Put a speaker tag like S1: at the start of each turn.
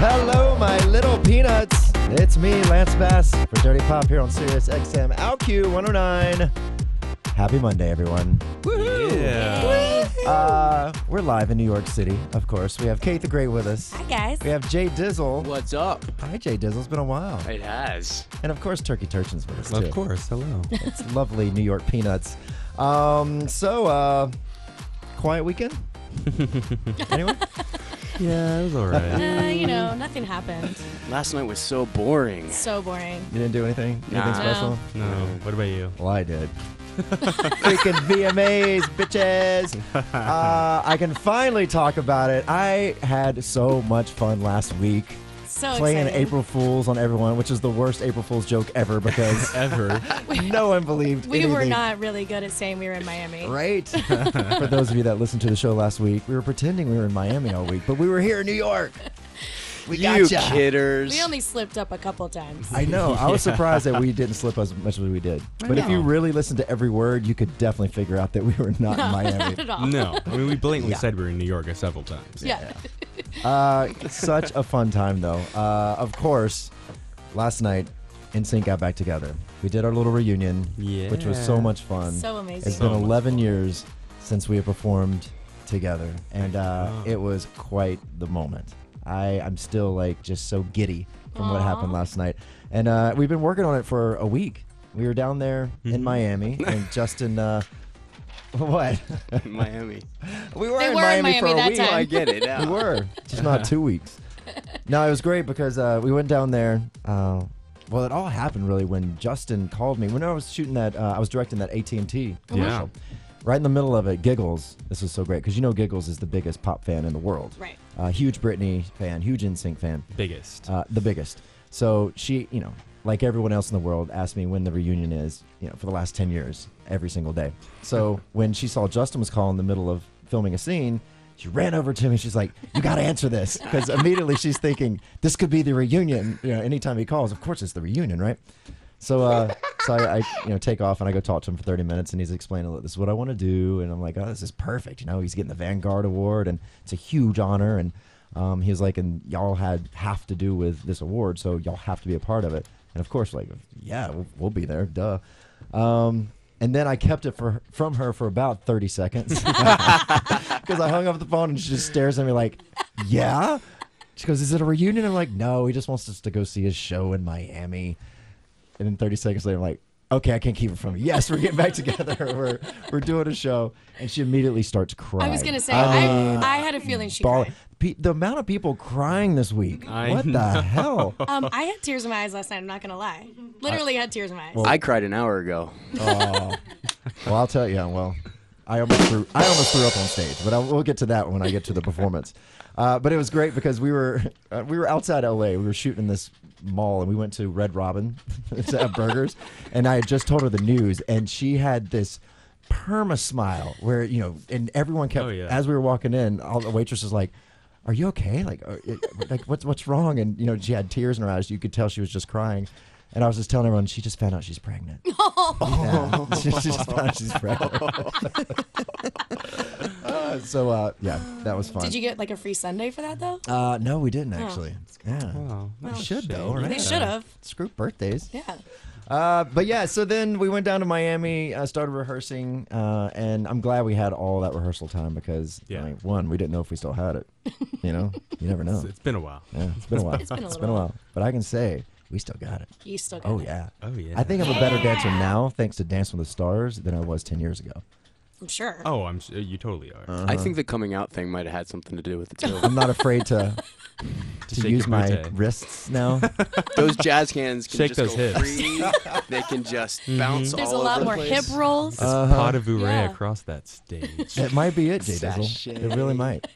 S1: Hello, my little peanuts. It's me, Lance Bass, for Dirty Pop here on Sirius XM LQ 109. Happy Monday, everyone.
S2: Yeah.
S1: Uh, we're live in New York City, of course. We have Kate the Great with us.
S3: Hi guys.
S1: We have Jay Dizzle.
S4: What's up?
S1: Hi, Jay Dizzle. It's been a while.
S4: It has.
S1: And of course, Turkey Turchin's with us, too.
S2: Of course. Hello.
S1: It's lovely New York peanuts. Um, so, uh, quiet weekend? Anyone?
S2: yeah, it was all right.
S3: Uh, you know, nothing happened.
S4: Last night was so boring.
S3: So boring.
S1: You didn't do anything? Anything
S4: Nah.
S1: special?
S2: no. What about you?
S1: Well, I did. Freaking VMAs, bitches. Uh, I can finally talk about it. I had so much fun last week
S3: So
S1: playing
S3: Oh, exciting.
S1: April Fools on everyone, which is the worst April Fools joke ever because
S2: Ever.
S1: no one believed
S3: We
S1: anything.
S3: were not really good at saying we were in Miami.
S1: Right. For those of you that listened to the show last week, we were pretending we were in Miami all week, but we were here in New York. We
S4: you
S1: gotcha.
S4: kidders.
S3: We only slipped up a couple times.
S1: I know. I was surprised that we didn't slip as much as we did. But if you really listened to every word, you could definitely figure out that we were not in Miami.
S3: Not at all.
S2: no. I mean, we blatantly
S1: Yeah.
S2: said we were in New York several times.
S3: Yeah.
S1: Uh, such a fun time, though. Uh, of course, last night, NSYNC got back together. We did our little reunion, which was so
S2: Yeah.
S1: much fun.
S3: So amazing.
S1: It's been
S2: So much
S1: 11 years since we have performed together, and uh, it was quite the moment. I, I'm still like just so giddy from what
S3: Aw.
S1: happened last night, and uh, we've been working on it for a week. We were down there in Miami, and Justin. Uh, what?
S4: Miami. Oh,
S1: we were,
S3: They
S1: in,
S3: were in
S1: Miami for
S3: Miami
S1: a
S3: that
S1: week.
S3: time.
S4: I get it
S1: We
S4: now.
S1: were just not two weeks. No, it was great because uh, we went down there. Uh, well, it all happened really when Justin called me. When I was shooting that, uh, I was directing that AT and T
S2: Yeah.
S1: commercial. Right in the middle of it, Giggles. This was so great because you know Giggles is the biggest pop fan in the world.
S3: Right.
S1: Uh, huge Britney fan, huge NSYNC fan,
S2: Biggest.
S1: uh, the biggest. So she, you know, like everyone else in the world, asked me when the reunion is. You know, for the last ten years, every single day. So when she saw Justin was calling in the middle of filming a scene. She ran over to me. She's like, "You got to answer this," because immediately she's thinking this could be the reunion. You know, anytime he calls, of course it's the reunion, right? So, uh, so I, I, you know, take off and I go talk to him for 30 minutes, and he's explaining, "Look, this is what I want to do," and I'm like, "Oh, this is perfect." You know, he's getting the Vanguard Award, and it's a huge honor. And um, he was like, "And y'all had half to do with this award, so y'all have to be a part of it." And of course, like, yeah, we'll, we'll be there, duh. Um, and then I kept it for from her for about 30 seconds because I hung up the phone and she just stares at me like, "Yeah." She goes, "Is it a reunion?" I'm like, "No, he just wants us to go see his show in Miami." And then 30 seconds later, I'm like, "Okay, I can't keep it from you. Yes, we're getting back together. We're we're doing a show." And she immediately starts crying.
S3: I was gonna say
S1: I
S3: I,
S1: mean,
S3: I, had a feeling she
S1: Um, ball-
S3: cried.
S1: Pe- the amount of people crying this week.
S2: I
S1: what the
S2: know.
S1: hell?
S3: Um, I had tears in my eyes last night. I'm not gonna lie. Literally had tears in my eyes.
S4: I cried an hour ago.
S1: Well, I'll tell you. Yeah, well, I almost threw I almost threw up on stage, but I, we'll get to that when I get to the performance. Uh, but it was great because we were uh, we were outside LA. We were shooting in this mall, and we went to Red Robin to have burgers. And I had just told her the news, and she had this perma smile where you know, and everyone kept
S2: Oh, yeah.
S1: as we were walking in. All the waitress was like. Are you okay? Like, are, like what's what's wrong? And you know, she had tears in her eyes. You could tell she was just crying. And I was just telling everyone she just found out she's pregnant. Yeah. she just found she's pregnant. Uh, so uh, yeah, that was fun.
S3: Did you Oh, get like a free Sunday for that though?
S1: Uh, no, we didn't actually. yeah,
S2: Oh,
S1: we
S2: that's
S1: should
S2: a
S1: though,
S2: shame.
S1: right?
S3: They should have.
S1: Screw birthdays.
S3: Yeah.
S1: Uh, but yeah, so then we went down to Miami, uh, started rehearsing, uh, and I'm glad we had all that rehearsal time because,
S2: Yeah.
S1: like, one, we didn't know if we still had it. You know, you never know.
S2: It's been a while.
S1: Yeah, it's been a while.
S3: It's been
S1: a
S3: a
S1: while. But I can say we still got it.
S3: You still got
S1: Oh
S3: it.
S1: yeah.
S2: Oh, yeah.
S1: I think I'm a better dancer now, thanks to Dance with the Stars, than I was ten years ago.
S3: I'm sure.
S2: Oh, I'm. s- You totally are.
S4: I think the coming out thing might have had something to do with it too.
S1: I'm not afraid to to,
S2: shake
S1: use
S2: your
S1: my
S2: booty.
S1: wrists now.
S4: those jazz hands can
S2: Shake
S4: just
S2: those
S4: go
S2: hips. Mm-hmm.
S4: free. they can just bounce
S3: There's a
S4: all
S3: lot
S4: over
S3: more
S4: the
S3: hip
S4: place.
S3: rolls.
S1: Oh,
S2: It's pot of hooray
S3: Yeah.
S2: across that stage.
S1: it might be it, Jay Dizzle.
S4: Sashay.
S1: It really might.